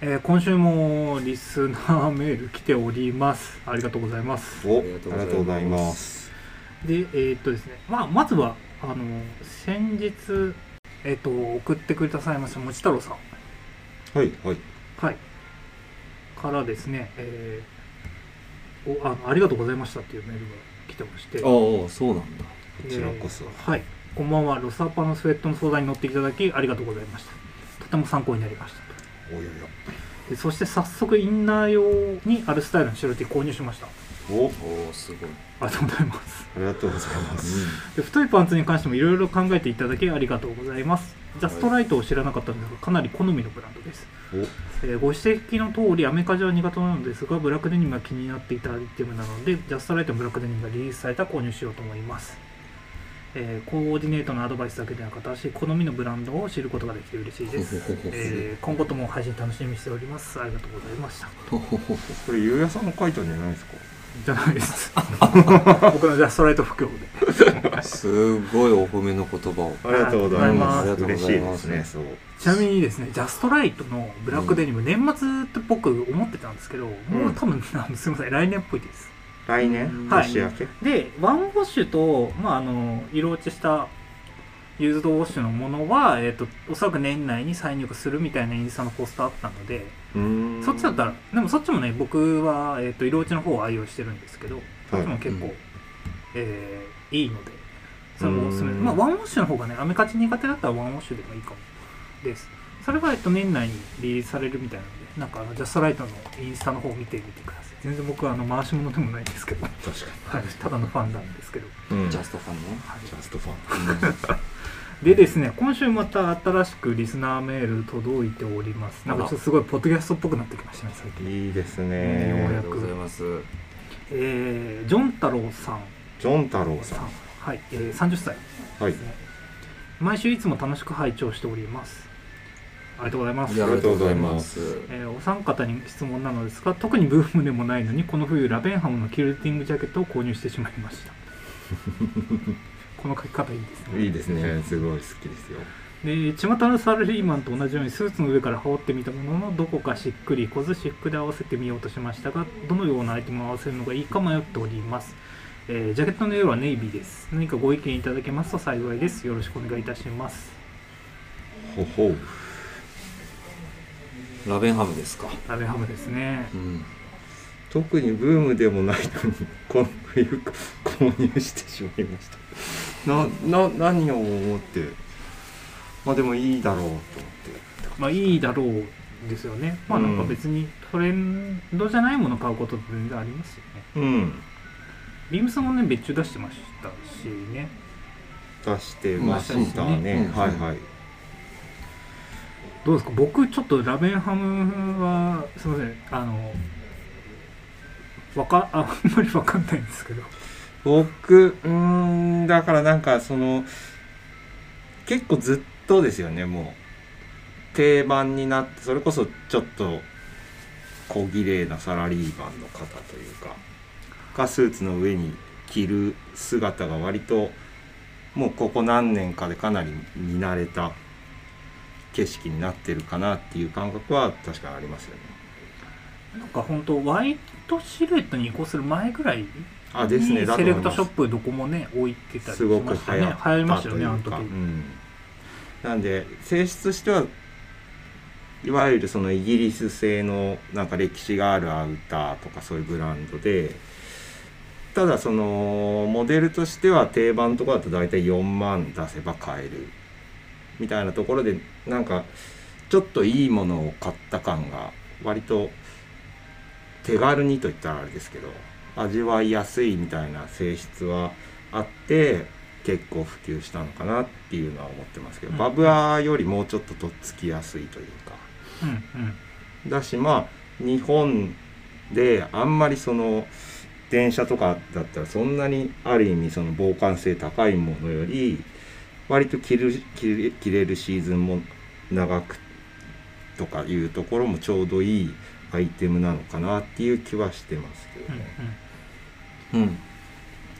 えー今週もリスナーメール来ておりますありがとうございますおありがとうございます。でえーっとですね、まあ、まずはあの先日、えーっと送ってくださいましたもち太郎さんはいはい。はい。からですね、えーおあのありがとうございましたっていうメールが来てまして、ああそうなんだこちらこそではい。こんばんは、ロサパのスウェットの相談に乗っていただき、ありがとうございました。とても参考になりましたと。およよ。でそして早速、インナー用にあるスタイルの白 T 購入しました。おおおすごい、ありがとうございます。ありがとうございます。で太いパンツに関してもいろいろ考えていただき、ありがとうございます。ジャストライトを知らなかったんですが、かなり好みのブランドです。えーご指摘の通りアメカジは苦手なのですがブラックデニムが気になっていたアイテムなのでジャストライトのブラックデニムがリリースされたら購入しようと思います、えーコーディネートのアドバイスだけでなく私好みのブランドを知ることができて嬉しい です えー今後とも配信楽しみにしておりますありがとうございましたほほほほおこれゆうやさんの書いたんじゃないですか。じゃないです 僕のジャストライト不況ですごいお褒めの言葉をありがとうございます。ありがとうご嬉しいざいでますすね。そう。ちなみにですねジャストライトのブラックデニム、年末って僕思ってたんですけどもう多分、 あのすいません来年っぽいです来年はい年明け。でワンウォッシュと、まあ、あの色落ちしたユーズドウォッシュのものは、えっとおそらく年内に再入荷するみたいなインスタのポスターあったのでうーんそっちだったらでもそっちもね僕は、えっと色落ちの方を愛用してるんですけどそっちも結構、うんえーいいのでそれもおすすめうんまあ、ワンウォッシュの方がねアメカチ苦手だったらワンウォッシュでもいいかもですそれが、えっと年内にリリースされるみたいなのでなんかあのジャストライトのインスタの方を見てみてください全然僕はあの回し物でもないんですけど確かはい、 ただのファンなんですけど、に。うんジャストファンねはいジャストファン。 でですね今週また新しくリスナーメール届いておりますなんかちょっとすごいポッドキャストっぽくなってきましたね最近、いいですうんありねが。とうございますえー、ジョン太郎さんジョン太郎ささんはい、えー、30歳ん。はいです。ね毎週いつも楽しく拝聴しておりますありがとうございますいやありがとうございますえーお三方に質問なのですが特にブームでもないのにこの冬ラベンハムのキルティングジャケットを購入してしまいましたこの書き方いいですねいいですね。すごい好きですよ。で巷のサラリーマンと同じようにスーツの上から羽織ってみたもののどこかしっくりこずしっくで合わせてみようとしましたがどのようなアイテムを合わせるのがいいか迷っております、えージャケットの色はネイビーです何かご意見いただけますと幸いですよろしくお願いいたしますほほう。ラベンハムですかラベハムですねうん特にブームでもないのにこの冬購入してしまいましたなな何を思ってまあでもいいだろうと思ってまあいいだろうですよねまあなんか別にトレンドじゃないもの買うことって全然ありますよねうんビームスもね別注出してましたしね出してままあしたねそうですねはいはいどうですか僕ちょっとラベンハムはすいませんあのわか ああんまりわかんないんですけど僕うーんだからなんかその結構ずっとですよねもう定番になってそれこそちょっと小綺麗なサラリーマンの方というかがスーツの上に着る姿が割ともうここ何年かでかなり見慣れた景色になってるかなっていう感覚は確かにありますよね。なんか本当ワイドシルエットに移行する前ぐらいにあですねセだとレ思クトいまショすッ。プどこもね置いてたりしすごくま流したね行流行りっまたしたよといねあのう時か、うん、なんで性質としてはいわゆるそのイギリス製のなんか歴史があるアウターとかそういうブランドでただそのモデルとしては定番とかだと大体4万出せば買えるみたいなところでなんかちょっといいものを買った感が割と手軽にといったらあれですけど味わいやすいみたいな性質はあって結構普及したのかなっていうのは思ってますけど、うんバブアーよりもうちょっととっつきやすいというかうんだしまあ日本であんまりその電車とかだったらそんなにある意味その防寒性高いものより割と着る着れ着れるシーズンも長くとかいうところもちょうどいいアイテムなのかなっていう気はしてますけうんうどんね。うん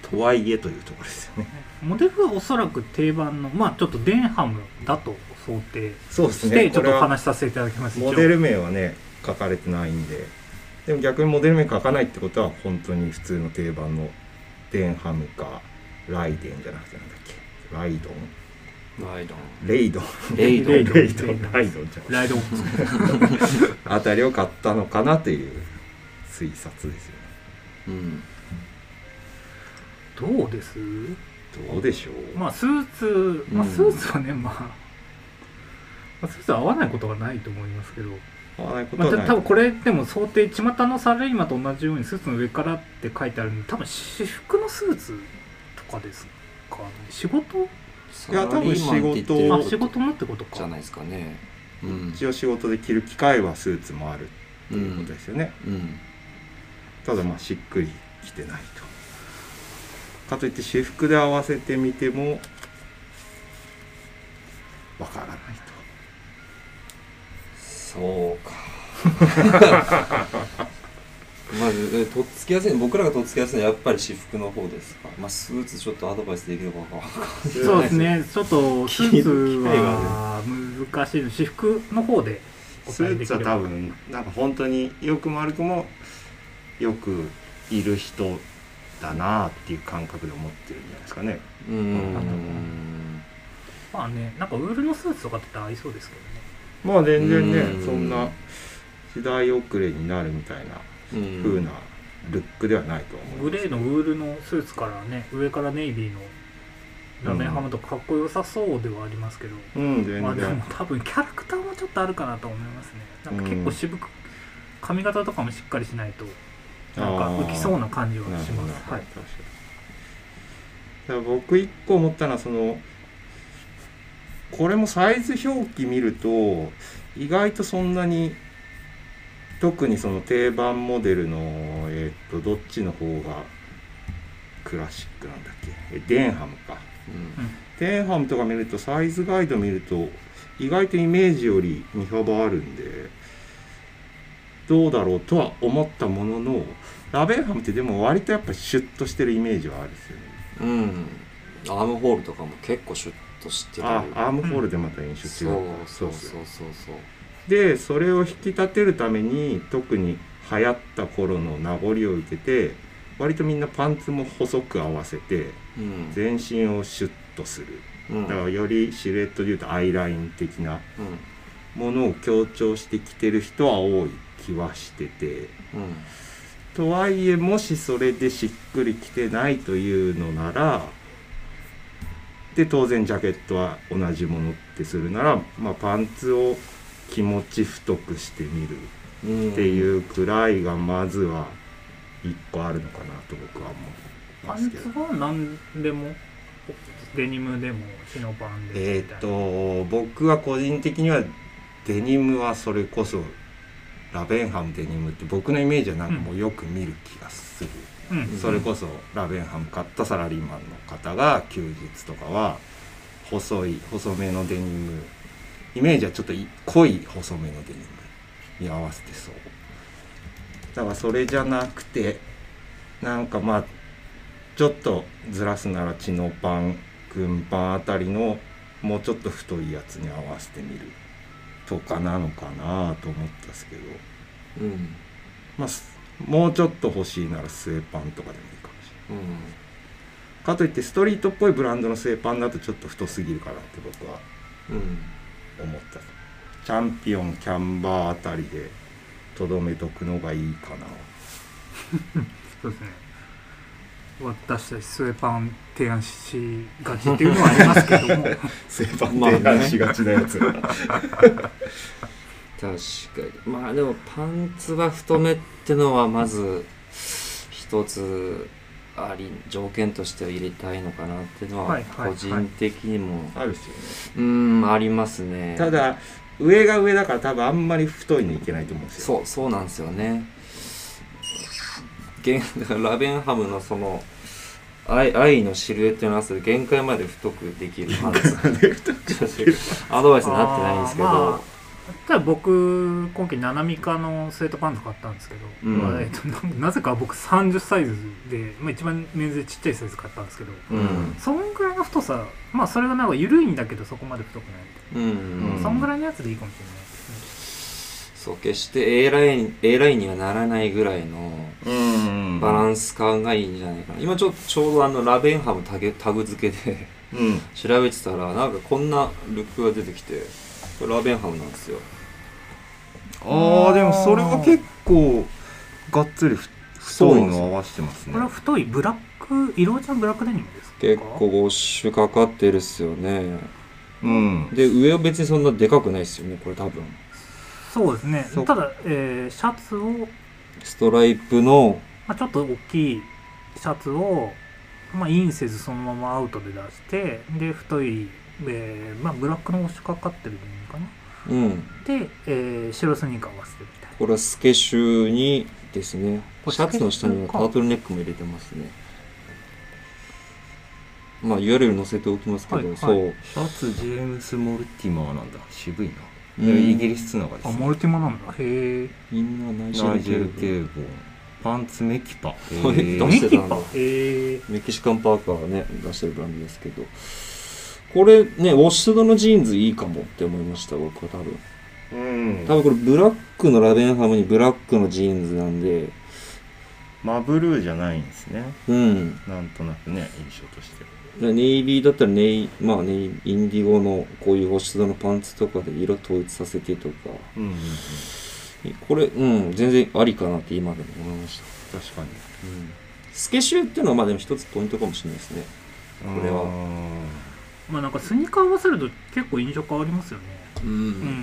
とはいえというところですよね。うんモデルはおそらく定番のまあちょっとデンハムだと想定そうでしてちょっとお話しさせていただきますモデル名はね書かれてないんででも逆にモデル名書かないってことは本当に普通の定番のデンハムかライデンじゃなくてなんだっけライドンライドン。レイドンレイドンレイドンレレイイドドンンライドンじゃんライドあたりを買ったのかなという推察ですよねうん。どうですどうでしょう、まあスーツ、まあ、うんスーツはね、まあまあスーツは合わないことがないと思いますけど、合わないことまあ、はたない、多分これでも想定巷のサラリーマンと同じようにスーツの上からって書いてあるんで多分私服のスーツとかですかね仕事サラリーマンって言ってるそうあ仕事もってことじゃかないですかね。うん。一応仕事で着る機会はスーツもあるうということんで。すよね、うん。ただまあしっくりきてないとかといって私服で合わせてみてもわからないそ うか。まず、えとっつきやすいの、僕らがとっつきやすいのはやっぱり私服の方ですか。まあ、スーツちょっとアドバイスできるかわかんない とそうです ねちょっとスーツ機会は難しいの私服の方でスーツは多分なんか本当によくも悪くもよくいる人だなっていう感覚で思ってるんじゃないですかねうーん。まあねなんかウールのスーツとかって合いそうですけどねまあ全然うねんそんな時代遅れになるみたいなう風んなルックではないと思グいまレすーのウールのスーツからね上からネイビーのラメハムとかかっこよさそうではありますけど、うんまあで全も然多分キャラクターもちょっとあるかなと思いますねなんか結構渋く髪型とかもしっかりしないとなんか浮きそうな感じはなるしほどまなるすほどはい確かにだから僕一個思ったのはそのこれもサイズ表記見ると意外とそんなに特にその定番モデルのえっとどっちの方がクラシックなんだっけえデンハムかうんデンハムとか見るとサイズガイド見ると意外とイメージより身幅あるんでどうだろうとは思ったもののラベンハムってでも割とやっぱシュッとしてるイメージはあるんですよねうん。アームホールとかも結構シュッとしてる。あアームホールでまた印象そう違う、そうそうそうそうそう。でそれを引き立てるために特に流行った頃の名残を受けて割とみんなパンツも細く合わせてうん。全身をシュッとするうん。だからよりシルエットでいうとアイライン的なうん。ものを強調してきてる人は多い気はしててうん。とはいえもしそれでしっくりきてないというのならで当然ジャケットは同じものってするなら、まあ、パンツを気持ち太くしてみるうんっていうくらいがまずは一個あるのかなと僕は思いパますンけツど。は何でもデニムでもシノパンでえみーたいっなと僕は個人的にはデニムはそれこそラベンハムデニムって僕のイメージはなんかもうよく見る気がする、うんそれこそラベンハム買ったサラリーマンの方が休日とかは細い細めのデニムイメージはちょっとい濃い細めのデニムに合わせてそうだからそれじゃなくてなんかまあちょっとずらすならチノパン軍パンあたりのもうちょっと太いやつに合わせてみるとかなのかなと思ったんですけど、うん。まあ、すもうちょっと欲しいならスウェパンとかでもいいかもしれない。うん。かといってストリートっぽいブランドの製パンだとちょっと太すぎるかなって僕はうん。思ったチャンピオンキャンバーあたりでとどめとくのがいいかなそうですね私たちスウェパン提案しがちっていうのはありますけ ども製パン提案しがちなや つ、確かにまあでもパンツは太めってのはまず一つあり条件としては入れたいのかなっていうのははいはいはい個人的にも、あるっすよねうんありますねただ上が上だから多分あんまり太いのいけないと思うんですよそうそうなんですよねげんだからラベンハムのその愛愛のシルエットに合わせて限界まで太くできるパンツアドバイスになってないんですけど、あーまあ、ただ僕今期ナナミカのスウェットパンツ買ったんですけど、うんまあえっと、ななぜか僕30サイズで、まあ、一番メンズでちっちゃいサイズ買ったんですけど、うんそんぐらいの太さまあそれがなんか緩いんだけどそこまで太くないみたいうん、な、うんそんぐらいのやつでいいかもしれないですねそう決して A ライン A ラインにはならないぐらいのうんバランンス感がいいんじゃないかな、今ちょちょうどあのラベンハムタグタグ付けで うん調べてたらなんかこんなルックが出てきてこれラベンハムなんですよああでもそれは結構がっつりふ太いのを合わせてますねこれは太いブラック色落ちのブラックデニムですか結構ウォッシュかかってるっすよねうんで上は別にそんなでかくないっすよねこれ多分そうですねそうただ、えーシャツを、ストライプのまあ、ちょっと大きいシャツを、まあ、インせずそのままアウトで出してで太い、えーまあ、ブラックの押しかかってるデニムかなうんで、えー白スニーカーを合わせてみたいなこれはスケシュにですねこれシャツの下にはタートルネックも入れてますねまあ URL 載せておきますけど、はいはいそうバツジェームス・モルティマーなんだ渋いな、うんイギリスつながりであすねモルティマなんだへえみんな内ナイジェル・緒ケイボンパンツ・メキパへこれーどうメしてキたんパだへえメキシカンパーカーね出してるブランドですけどこれねウォッシュドのジーンズいいかもって思いました僕は多分うん多分これブラックのラベンハムにブラックのジーンズなんでマブルーじゃないんですねうんなんとなくね印象としてネイビーだったらネイまあネイインディゴのこういうウォッシュドのパンツとかで色統一させてとかうんうん、うん、これうん全然ありかなって今でも思いました、確かにスケシューっていうのはまあでも一つポイントかもしれないですねこれはまあなんかスニーカー合わせると結構印象変わりますよねううんなん、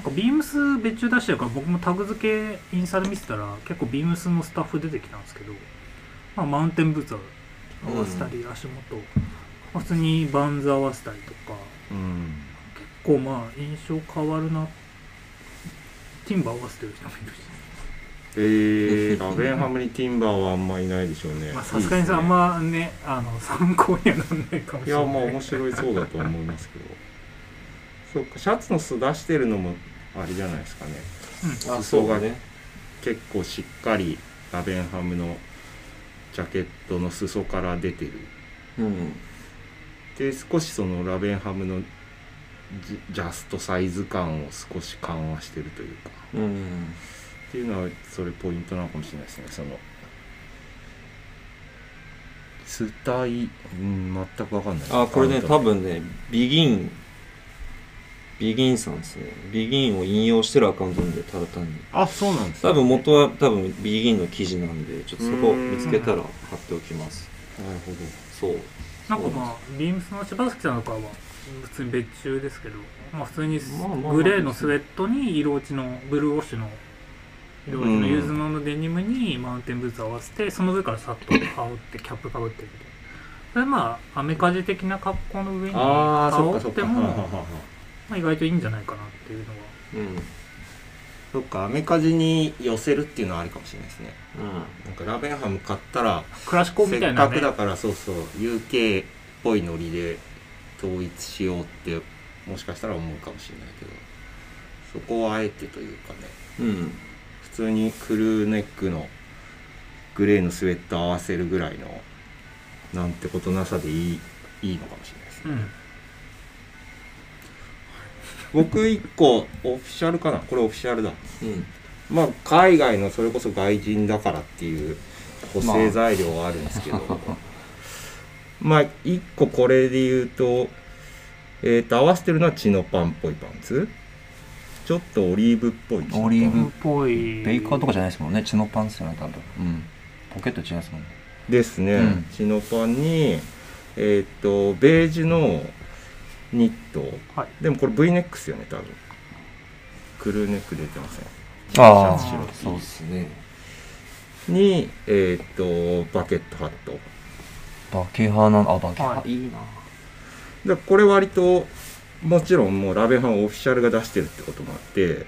んかビームス別注出してるから僕もタグ付けインスタで見てたら結構ビームスのスタッフ出てきたんですけど、まあ、マウンテンブーツ合わせたり足元、まあ普通にバンズ合わせたりとかうん結構まあ印象変わるなティンバー合わせてる人もいるしえー、ラベンハムにティンバーはあんまいないでしょうねまあさすがにさいいあんですねまねあの参考にはなんないかもしいれやないまあ面白いそうだと思いますけどそっかシャツの素出してるのもあれじゃないですかね裾あそうがだね結構しっかりラベンハムのジャケットの裾から出てるうんで少しそのラベンハムのジジャストサイズ感を少し緩和してるというかうんっていうのはそれポイントなのかもしれないですねそのスタイうん全く分かんないあこれね多分分ねビギンビギンさんですねビギンを引用してるアカウントなんでただ単にあそうなんですね多分元は多分ビギンの記事なんでちょっとそこを見つけたら貼っておきますなるほどそうなんかまあビームスの柴崎さんとかは普通に別注ですけど、まあ、普通にまあまあまあグレーのスウェットに色落ちのブルーウォッシュの色落ちのユーズノのデニムにマウンテンブーツ合わせてその上からサッと羽織ってキャップかぶってみたいなそれまあアメカジ的な格好の上にああ羽そっ織かっそってかもははははまあ、意外といいんじゃないかなっていうのはうんそっかアメカジに寄せるっていうのはありかもしれないですねうなんんかラベンハム買ったらクラシコみたせいっなかねくだからそうそう UK っぽいノリで統一しようってもしかしたら思うかもしれないけどそこはあえてというかねうん普通にクルーネックのグレーのスウェット合わせるぐらいのなんてことなさでいいいいのかもしれないですうね、ん僕一個オフィシャルかなこれオフィシャルだうんまあ海外のそれこそ外人だからっていう補正材料はあるんですけど、まあ一個これで言うと,、えー、と合わせてるのはチノパンっぽいパンツちょっとオリーブっぽいチノパンオリーブっぽいベイカーとかじゃないですもんね血のパンツよね多分うんポケット違いますもんねですね、うんチノパンにえっ、とベージュのニットはいでもこれ V ネックっすよね多分クルーネック出てませんあーシャツそうっすねにえっ、とバケットハットバケ派なんあバケ派、はいいなだからこれ割ともちろんもうラベハンオフィシャルが出してるってこともあって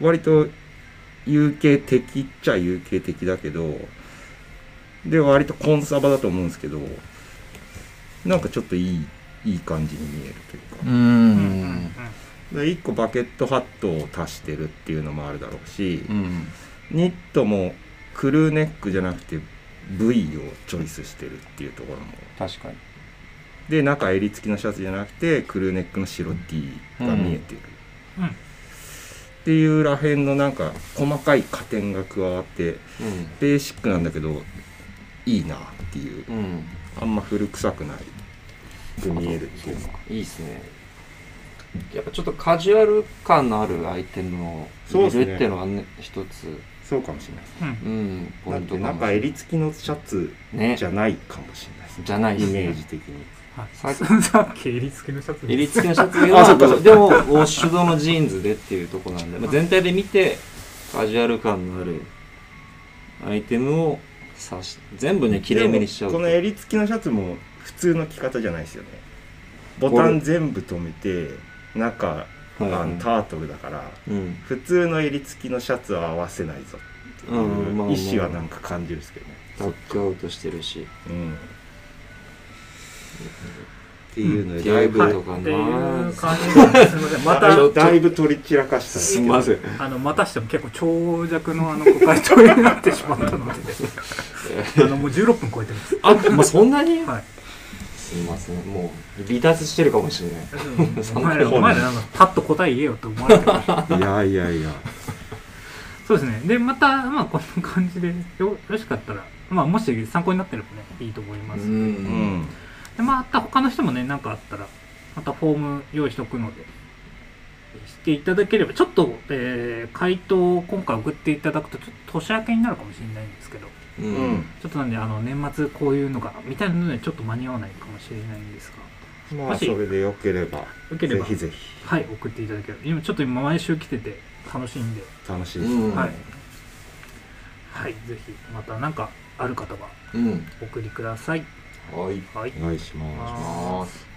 割と UK 的っちゃ UK 的だけどで割とコンサバだと思うんですけどなんかちょっといいいい感じに見えるというか,、うーだうかんうんうんんら1個バケットハットを足してるっていうのもあるだろうし、うんニットもクルーネックじゃなくて V をチョイスしてるっていうところも確かにで中襟付きのシャツじゃなくてクルーネックの白 T が見えてる、うんうんっていうらへんのなんか細かい加点が加わってベーシックなんだけどいいなっていううん、うん、あんま古臭くないく見えるっていうのいいですねやっぱちょっとカジュアル感のあるアイテムをそう入ですねれるっていうのはね一つそうかもしれないですうんうんポイなんントでかなんもしかれ襟付きのシャツないねじゃないかもしれないですじゃないっすイねメージ的にはい さっささっき襟付きのシャツ襟付ききのシャツあそっかそっかでもウォッシュドのジーンズでっていうところなんで、まあ、全体で見てカジュアル感のあるアイテムをさし全部ねきれいめにしちゃうでもこの襟付きのシャツも普通の着方じゃないですよねボタン全部止めて中あはいのタートルだからうん普通の襟付きのシャツは合わせないぞっていううんまあまあまあ意思はなんか感じるんですけどね、タックアウトしてるしうん、っていうのっでていだいうぶ、こはいとかっていなう感じなんですすいませんまだたいぶだいぶ取り散らかしたですすけみどませんあのまたしても結構長尺のあのご回答になってしまったの であのもう16分超えてますあまあそんなに、はいすみませんもう離脱してるかもしれないお前らお前らなんかパッと答え言えよって思われてるいやいやいやそうですねでまたまあこんな感じでよよろしかったらまあもし参考になってればねいいと思います、うんんでまた他の人もね何かあったらまたフォーム用意しておくのでしていただければちょっと、えー回答を今回送っていただくとちょっと年明けになるかもしれないんですけどううんんちょっとなんであの年末こういうのがみたいなのでちょっと間に合わないかもしれないんですがまもあしそれでよければよければぜひぜはい送っていただければ今ちょっと今毎週来てて楽しいんでひ楽しいです、うんはい、はい、ぜひまた何かある方はうんお送りください。はいはいお願いしますます